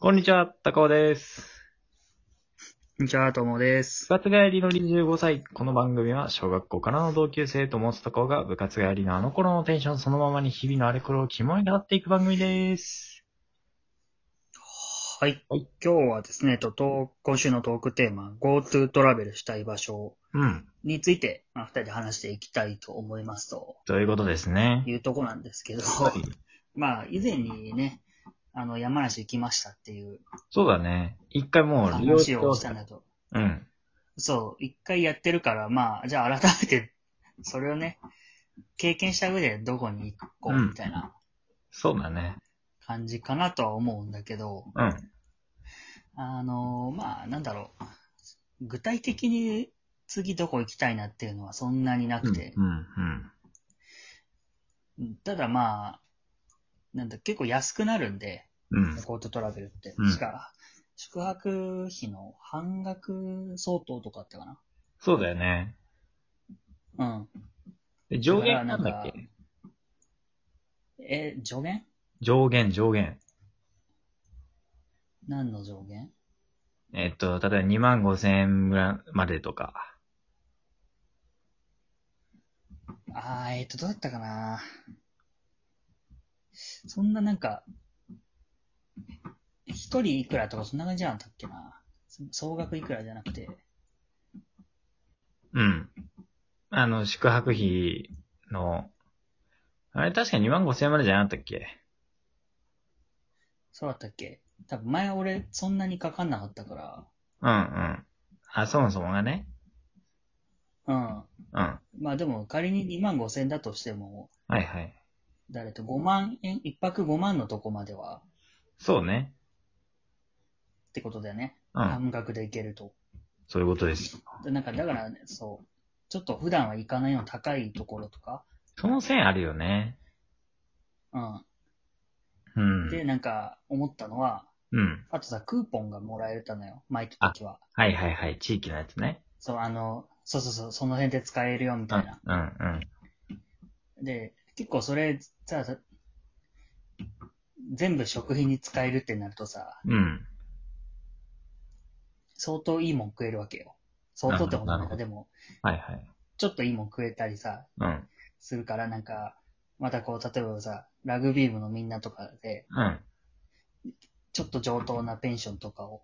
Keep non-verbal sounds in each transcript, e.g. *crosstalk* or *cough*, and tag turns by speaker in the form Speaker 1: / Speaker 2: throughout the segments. Speaker 1: こんにちは、高尾です。
Speaker 2: こんにちは、ともです。
Speaker 1: 部活帰りの25歳。この番組は小学校からの同級生と持つ高尾が部活帰りのあの頃のテンションそのままに日々のあれこれを肝になっていく番組です。
Speaker 2: はい。
Speaker 1: はい
Speaker 2: 今日はですね、えっとと、今週のトークテーマ、GoTo トラベルしたい場所
Speaker 1: うん。
Speaker 2: について、まあ、二人で話していきたいと思いますと
Speaker 1: ということですね。
Speaker 2: いうとこなんですけど、
Speaker 1: い
Speaker 2: まあ、以前にね、あの、山梨行きましたっていう
Speaker 1: そうだね。一回もう利用
Speaker 2: 話をしたんだと。
Speaker 1: うん。
Speaker 2: そう、一回やってるから、まあ、じゃあ改めて、それをね、経験した上でどこに行こうみたいな
Speaker 1: そうだね。
Speaker 2: 感じかなとは思うんだけど、
Speaker 1: うん。
Speaker 2: あのーまあ、なんだろう。具体的に次どこ行きたいなっていうのはそんなになくて。
Speaker 1: うん。うん。
Speaker 2: ただまあ、なんだ、結構安くなるんで、
Speaker 1: うん。
Speaker 2: コートトラベルって。
Speaker 1: うん
Speaker 2: しか、宿泊費の半額相当とかってかな。
Speaker 1: そうだよね。
Speaker 2: うん。
Speaker 1: で上限なんだっ
Speaker 2: だから
Speaker 1: け
Speaker 2: え、上限
Speaker 1: 上限、上限。
Speaker 2: 何の上限
Speaker 1: えっと、例えば2万5千円ぐらいまでとか。
Speaker 2: あー、えっ、と、どうだったかな。そんななんか、一人いくらとかそんな感じじゃなかったっけな。総額いくらじゃなくて。
Speaker 1: うん。あの、宿泊費の、あれ確か2万5千円までじゃなかったっけ
Speaker 2: そうだったっけ多分前俺そんなにかかんなかったか
Speaker 1: うんうん。あ、そもそもがね。
Speaker 2: ら。うん。
Speaker 1: うん。は
Speaker 2: まあでも仮に2万5千だとしても、
Speaker 1: いはい。
Speaker 2: 誰と5万円、一泊5万のとこまでは
Speaker 1: そうね。
Speaker 2: ってことだよね。
Speaker 1: うん。
Speaker 2: 半額でいけると。
Speaker 1: そういうことです。
Speaker 2: でなんかだから、ね、そう。ちょっと普段は行かないような高いところとか。
Speaker 1: その線あるよね。
Speaker 2: うん。
Speaker 1: う
Speaker 2: で、
Speaker 1: ん。
Speaker 2: なんか思ったのは、
Speaker 1: うん。
Speaker 2: あとさ、クーポンがもらえたのよ。毎時は。
Speaker 1: はいはいはい。地域のやつね。
Speaker 2: そう、あの、そうそうそう、その辺で使えるよみ
Speaker 1: うん。
Speaker 2: た
Speaker 1: う
Speaker 2: いな。
Speaker 1: ん
Speaker 2: で、結構それ、さ、さ全部食費に使えるってなるとさ、
Speaker 1: うん。うん。
Speaker 2: 相当いいもん食えるわけよ。相当ってことなんかでも、
Speaker 1: はいはい。
Speaker 2: ちょっといいもん食えたりさ、
Speaker 1: うん。
Speaker 2: するからなんか、またこう、例えばさ、ラグビー部のみんなとかで、
Speaker 1: うん。
Speaker 2: ちょっと上等なペンションとかを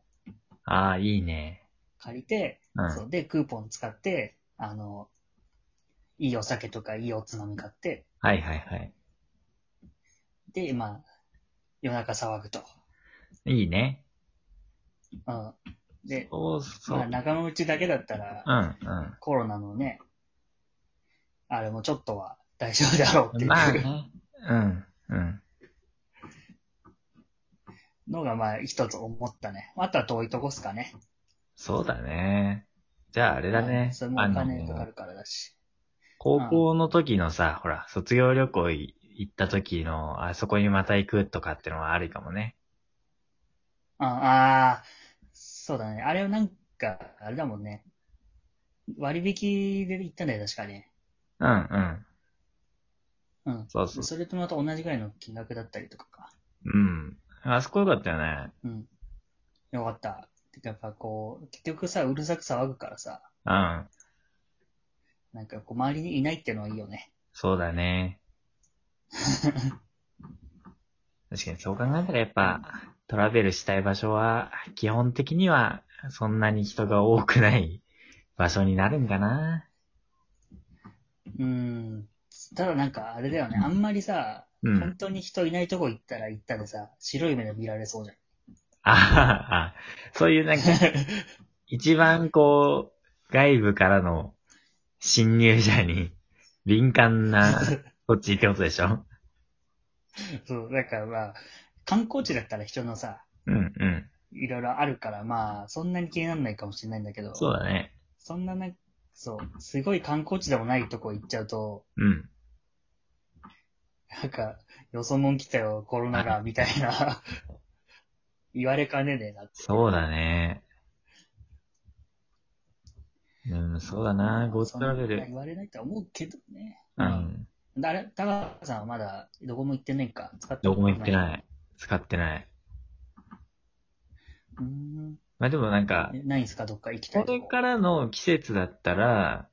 Speaker 1: ああ、いいね。
Speaker 2: 借りて、
Speaker 1: うん。
Speaker 2: そうで、クーポン使って、あの、いいお酒とかいいおつまみ買って、
Speaker 1: はいはいはい。
Speaker 2: で、まあ、夜中騒ぐと。
Speaker 1: いいね。
Speaker 2: うん。で、
Speaker 1: そうそう。
Speaker 2: まあ、
Speaker 1: うん
Speaker 2: 仲間内だけだったら、
Speaker 1: うん。
Speaker 2: コロナのね、あれもちょっとは大丈夫だろうってい
Speaker 1: まあ
Speaker 2: う
Speaker 1: ね。うん。うん。
Speaker 2: のが、まあ、一つ思ったね。あとは遠いとこっすかね。
Speaker 1: そうだね。じゃああれだね。
Speaker 2: それも
Speaker 1: あ
Speaker 2: お
Speaker 1: の
Speaker 2: 金かかるからだし。
Speaker 1: 高校の時のさ、ほら、卒業旅行い行った時の、あそこにまた行くとかってのはありかもね。
Speaker 2: ああー、そうだね。あれはなんか、あれだもんね。割引で行ったんだよ、確かに。
Speaker 1: うんうん。
Speaker 2: うん。
Speaker 1: そうそう。
Speaker 2: それとまた同じぐらいの金額だったりとかか。
Speaker 1: うん。あそこよかったよね。
Speaker 2: うん。よかった。てか、やっぱこう、結局さ、うるさく騒ぐからさ、
Speaker 1: うん。
Speaker 2: なんかこう、周りにいないってのはいいよね。
Speaker 1: そうだ
Speaker 2: *laughs*
Speaker 1: ね。確かにそう考えたらやっぱ、トラベルしたい場所は、基本的には、そんなに人が多くない場所になるんかな。
Speaker 2: うーん。ただなんかあれだよね、あんまりさ、
Speaker 1: う
Speaker 2: 本
Speaker 1: ん。
Speaker 2: 当に人いないとこ行ったら行ったでさ、白い目で見られそうじゃん。
Speaker 1: あははあ、そういうなん
Speaker 2: *laughs*
Speaker 1: か、一番こう、外部からの侵入者に敏感な土地ってことでしょ
Speaker 2: そう、だからまあ、観光地だったら人のさ、
Speaker 1: うんうん。
Speaker 2: いろいろあるから、まあ、そんなに気にならないかもしれないんだけど、
Speaker 1: そうだね。
Speaker 2: そんなな、そう、すごい観光地でもないとこ行っちゃうと、
Speaker 1: うん。
Speaker 2: なんか、よそもん来たよ、コロナが、みたいな、 *laughs* 言われかねねえなって。
Speaker 1: そうだね。うん、そうだな。ゴートラベ
Speaker 2: そんな
Speaker 1: ル。
Speaker 2: 言われないとは思うけどね。
Speaker 1: う。ん。
Speaker 2: 誰、高橋さんはまだどこも行ってないんか、使って
Speaker 1: どこも行って
Speaker 2: い。
Speaker 1: ない。使ってない。
Speaker 2: うーん。
Speaker 1: まあでもなんか、
Speaker 2: えないんすかどっか行きたい
Speaker 1: ことれ
Speaker 2: こ。
Speaker 1: からの季節だったら、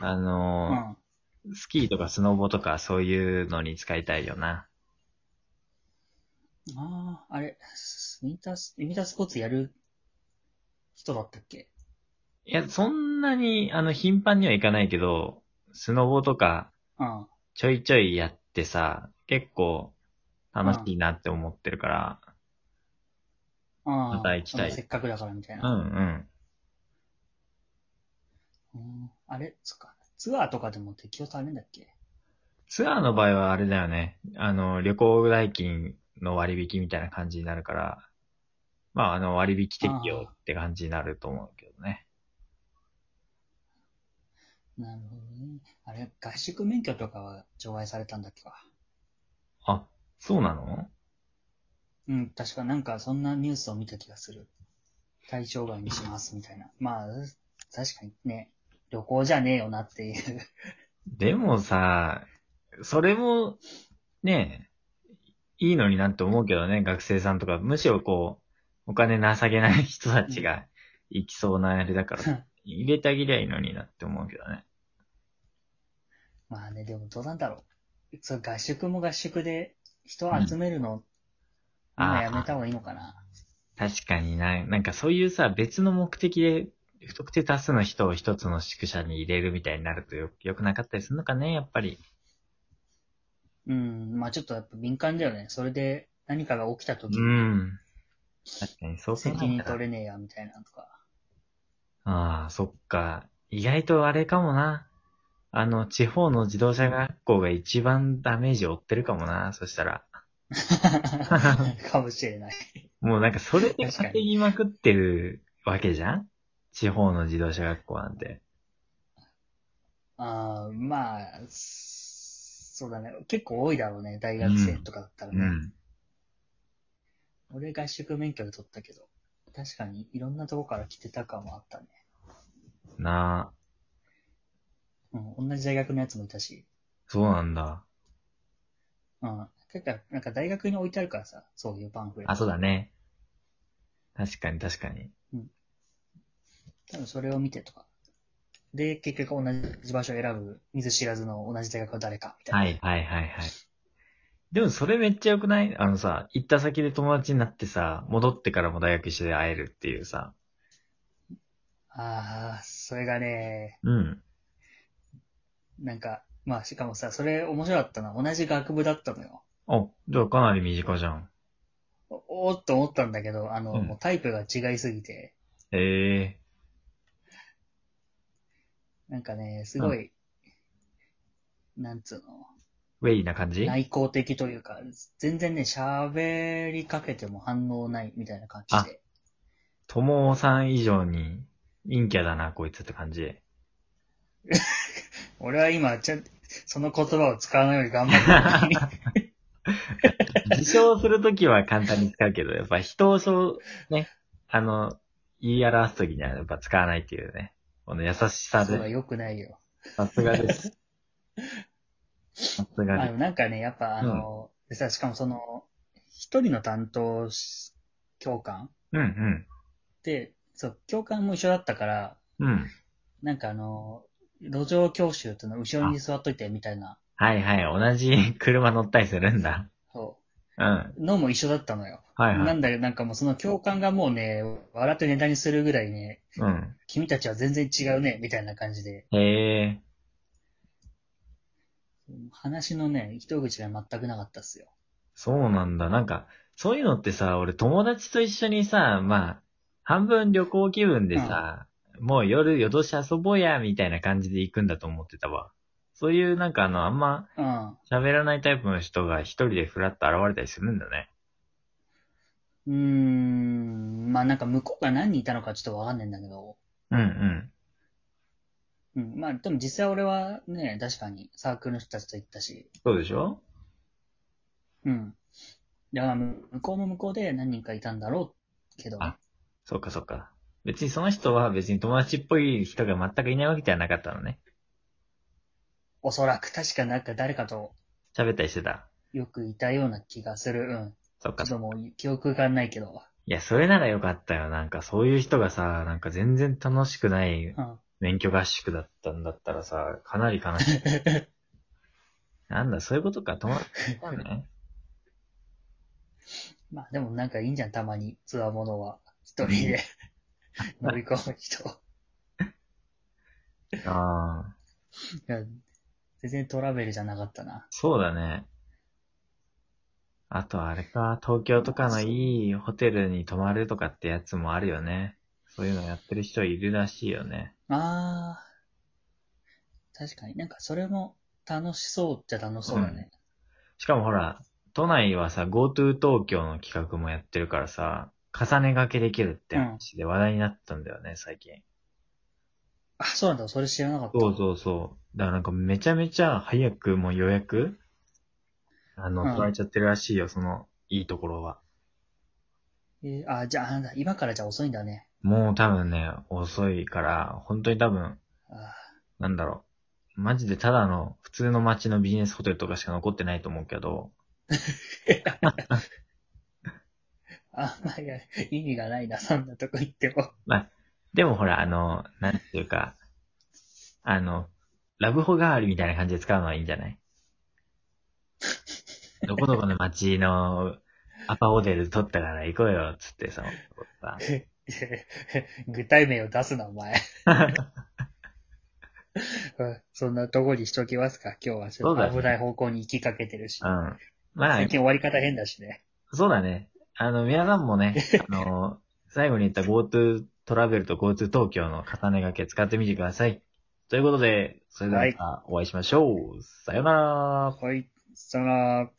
Speaker 1: あ
Speaker 2: う
Speaker 1: の
Speaker 2: ん。
Speaker 1: スキーとかスノボとかそういうのに使いたいよな。
Speaker 2: ああ、あれ、ウィンタース、ウィンタースポーツやる人だったっけ
Speaker 1: いや、そんなに、あの、頻繁にはいかないけど、スノボとか
Speaker 2: うん。
Speaker 1: ちょいちょいやってさ、結構楽しいなって思ってるから、
Speaker 2: ま
Speaker 1: た行きたい
Speaker 2: せっかくだからみたいうな。
Speaker 1: んうん。
Speaker 2: うんあれ、そっか。ツアーとかでも適用されるんだっけ
Speaker 1: ツアーの場合はあれだよね。あの、旅行代金の割引みたいな感じになるから、まあ、あの、割引適用って感じになると思うけどね。
Speaker 2: なるほどね。あれ、合宿免許とかは除外されたんだっけか。
Speaker 1: あ、そうなの
Speaker 2: うん、確かなんかそんなニュースを見た気がする。対象外にしますみたいな。まあ、確かにね、旅行じゃねえよなっていう。
Speaker 1: でもさ、それも、ねいいのになって思うけどね、学生さんとか。むしろこう、お金情けない人たちが行きそうなあれだから、入れてあげりゃいいのになって思うけどね。
Speaker 2: まあね、でもどうなんだろう。そう合宿も合宿で人を集めるの、今やめた方がいいのかな。
Speaker 1: 確かにな、なんかそういうさ、別の目的で、不特定多数の人を一つの宿舎に入れるみたいになるとよよくなかったりするのかね、やっぱり。
Speaker 2: うん、まあちょっとやっぱ敏感だよね。それで何かが起きた時
Speaker 1: う、ん。確かに、そう考え
Speaker 2: 責
Speaker 1: た
Speaker 2: 任
Speaker 1: ら
Speaker 2: 取れねえやみたいなのと
Speaker 1: *laughs*
Speaker 2: か。
Speaker 1: ああ、そっか。意外とあれかもな。あの、地方の自動車学校が一番ダメージを負ってるかもな。そしたら。
Speaker 2: かもしれない。
Speaker 1: もうなんかそれで
Speaker 2: 確かに
Speaker 1: 稼ぎまくってるわけじゃん地方の自動車学校なんて。
Speaker 2: ああ、まあ、そうだね。結構多いだろうね。大学生とかだったら
Speaker 1: う
Speaker 2: ね。
Speaker 1: ん。
Speaker 2: 俺合宿免許で取ったけど、確かにいろんなとこから来てた感はあったね。
Speaker 1: なあ、
Speaker 2: うん、同じ大学のやつもいたし、
Speaker 1: そうなんだ。
Speaker 2: うん。結構、なんか大学に置いてあるからさ、そういうパンフレット。
Speaker 1: あ、そうだね。確かに確かに。
Speaker 2: 多分それを見てとか。で、結局同じ場所を選ぶ、見ず知らずの同じ大学は誰か、みたいな。
Speaker 1: はいはいはいはい。でもそれめっちゃ良くないあのさ、行った先で友達になってさ、戻ってからも大学一緒で会えるっていうさ。
Speaker 2: ああ、それがね、
Speaker 1: うん。
Speaker 2: なんか、まあしかもさ、それ面白かったな。同じ学部だったのよ。
Speaker 1: あ、じゃあかなり身近じゃん。
Speaker 2: おおーっと思ったんだけど、あの、
Speaker 1: うん
Speaker 2: もうタイプが違いすぎて、
Speaker 1: ええ
Speaker 2: なんかね、すごい、なんつうの、
Speaker 1: ウェイな感じ
Speaker 2: 内向的というか、全然ね、喋りかけても反応ないみたいな感じで。
Speaker 1: 友尾さん以上に陰キャだな、こいつって感
Speaker 2: *laughs*
Speaker 1: じ。
Speaker 2: 俺は今、ちゃんその言葉を使わないように頑張 *laughs* ってる
Speaker 1: 自称するときは簡単に使うけど、やっぱ人をそう、ね、あの、言い表すときにはやっぱ使わないっていうね。この優しさ
Speaker 2: そうだ、
Speaker 1: で、
Speaker 2: よくないよ。
Speaker 1: さすがです。さすが
Speaker 2: あ
Speaker 1: で
Speaker 2: のなんかね、やっぱあの、でさ、しかもその、一人の担当し教官
Speaker 1: うんうん。
Speaker 2: で、そう、教官も一緒だったから、
Speaker 1: うん。
Speaker 2: なんかあの、路上教習っていうの後ろに座っといてみたいな、
Speaker 1: はいはい、同じ車乗ったりするんだ。
Speaker 2: そ
Speaker 1: うん。は
Speaker 2: う、のも一緒だったのよ。
Speaker 1: いは。
Speaker 2: ないんだけど、なんかもうその教官がもうね、笑ってネタにするぐらいね、
Speaker 1: うん。
Speaker 2: 君たちは全然違うね、みたいな感じで、
Speaker 1: へえ。
Speaker 2: 話のね、一口が全くなかったっすよ。
Speaker 1: そうなんだ。なんか、そういうのってさ、俺友達と一緒にさ、まあ、半分旅行気分でさ、もう夜夜通し遊ぼうや、みたいな感じで行くんだと思ってたわ。そういうなんかあの、あんま
Speaker 2: うん。
Speaker 1: 喋らないタイプの人が一人でふらっと現れたりするんだね。
Speaker 2: うーん、まあなんか向こうが何人いたのかちょっとわかんないんだけど、
Speaker 1: うんうん。
Speaker 2: うん、まあでも実際俺はね、確かにサークルの人たちと行ったし、
Speaker 1: そうでしょ
Speaker 2: うん。だから向こうも向こうで何人かいたんだろうけど、
Speaker 1: あそうかそうか。別にその人は別に友達っぽい人が全くいないわけではなかったのね。
Speaker 2: おそらく確かなんか誰かと
Speaker 1: 喋ったりしてた。
Speaker 2: よくいたような気がする。うん。
Speaker 1: そっ
Speaker 2: ちょ
Speaker 1: か
Speaker 2: っともう記憶がないけど。
Speaker 1: いや、それならよかったよ。なんかそういう人がさ、なんか全然楽しくない
Speaker 2: うん。
Speaker 1: 免許合宿だったんだったらさ、かなり悲
Speaker 2: *laughs*
Speaker 1: しい。なんだ、そういうことか、友達だ
Speaker 2: *laughs*
Speaker 1: ね。
Speaker 2: まあでもなんかいいんじゃん、たまに。つわものは。一人で *laughs* 乗り込む人。
Speaker 1: ああ、
Speaker 2: いや、全然トラベルじゃなかったな。
Speaker 1: そうだね。あとあれか、東京とかのいいホテルに泊まるとかってやつもあるよね。そういうのやってる人いるらしいよね。
Speaker 2: あー。確かになんかそれも楽しそうっちゃ楽しそうだね。
Speaker 1: しかもほら、都内はさ、GoTo 東京の企画もやってるからさ、重ね掛けできるって話で話題になったんだよね、最近。
Speaker 2: あ、そうなんだ。それ知らなかった。
Speaker 1: そうそうそう。だからなんかめちゃめちゃ早くもう予約あの、
Speaker 2: うん
Speaker 1: 取られちゃってるらしいよ、その、いいところは。
Speaker 2: えーあ、じゃあ、なんだ今からじゃあ遅いんだね。
Speaker 1: もう多分ね、遅いから、本当に多分、
Speaker 2: あ
Speaker 1: なんだろう。マジでただの、普通の街のビジネスホテルとかしか残ってないと思うけど、
Speaker 2: ーあ、まあ、いや、意味がないな、そんなとこ行っても。 *laughs*
Speaker 1: でもほら、あの、なんていうか、あの、ラブホ代わりみたいな感じで使うのはいいんじゃないどこどこの街のアパホテル取ったから行こうよ、つってさ、さ
Speaker 2: 具体名を出すな、お前。 *laughs* うんそんなとこにしときますか、今日は。ちょ
Speaker 1: そ
Speaker 2: っ
Speaker 1: うだ
Speaker 2: と
Speaker 1: ね
Speaker 2: 危ない方向に行きかけてるし。
Speaker 1: うん。まあ
Speaker 2: 最、近終わり方変だしね。
Speaker 1: そうだね。あの、皆さんもね、あの、最後に言った GoTo トラベルと GoTo 東京の重ね掛け使ってみてください。ということで、それではまたお会いしましょう。さようなら。
Speaker 2: はい、その、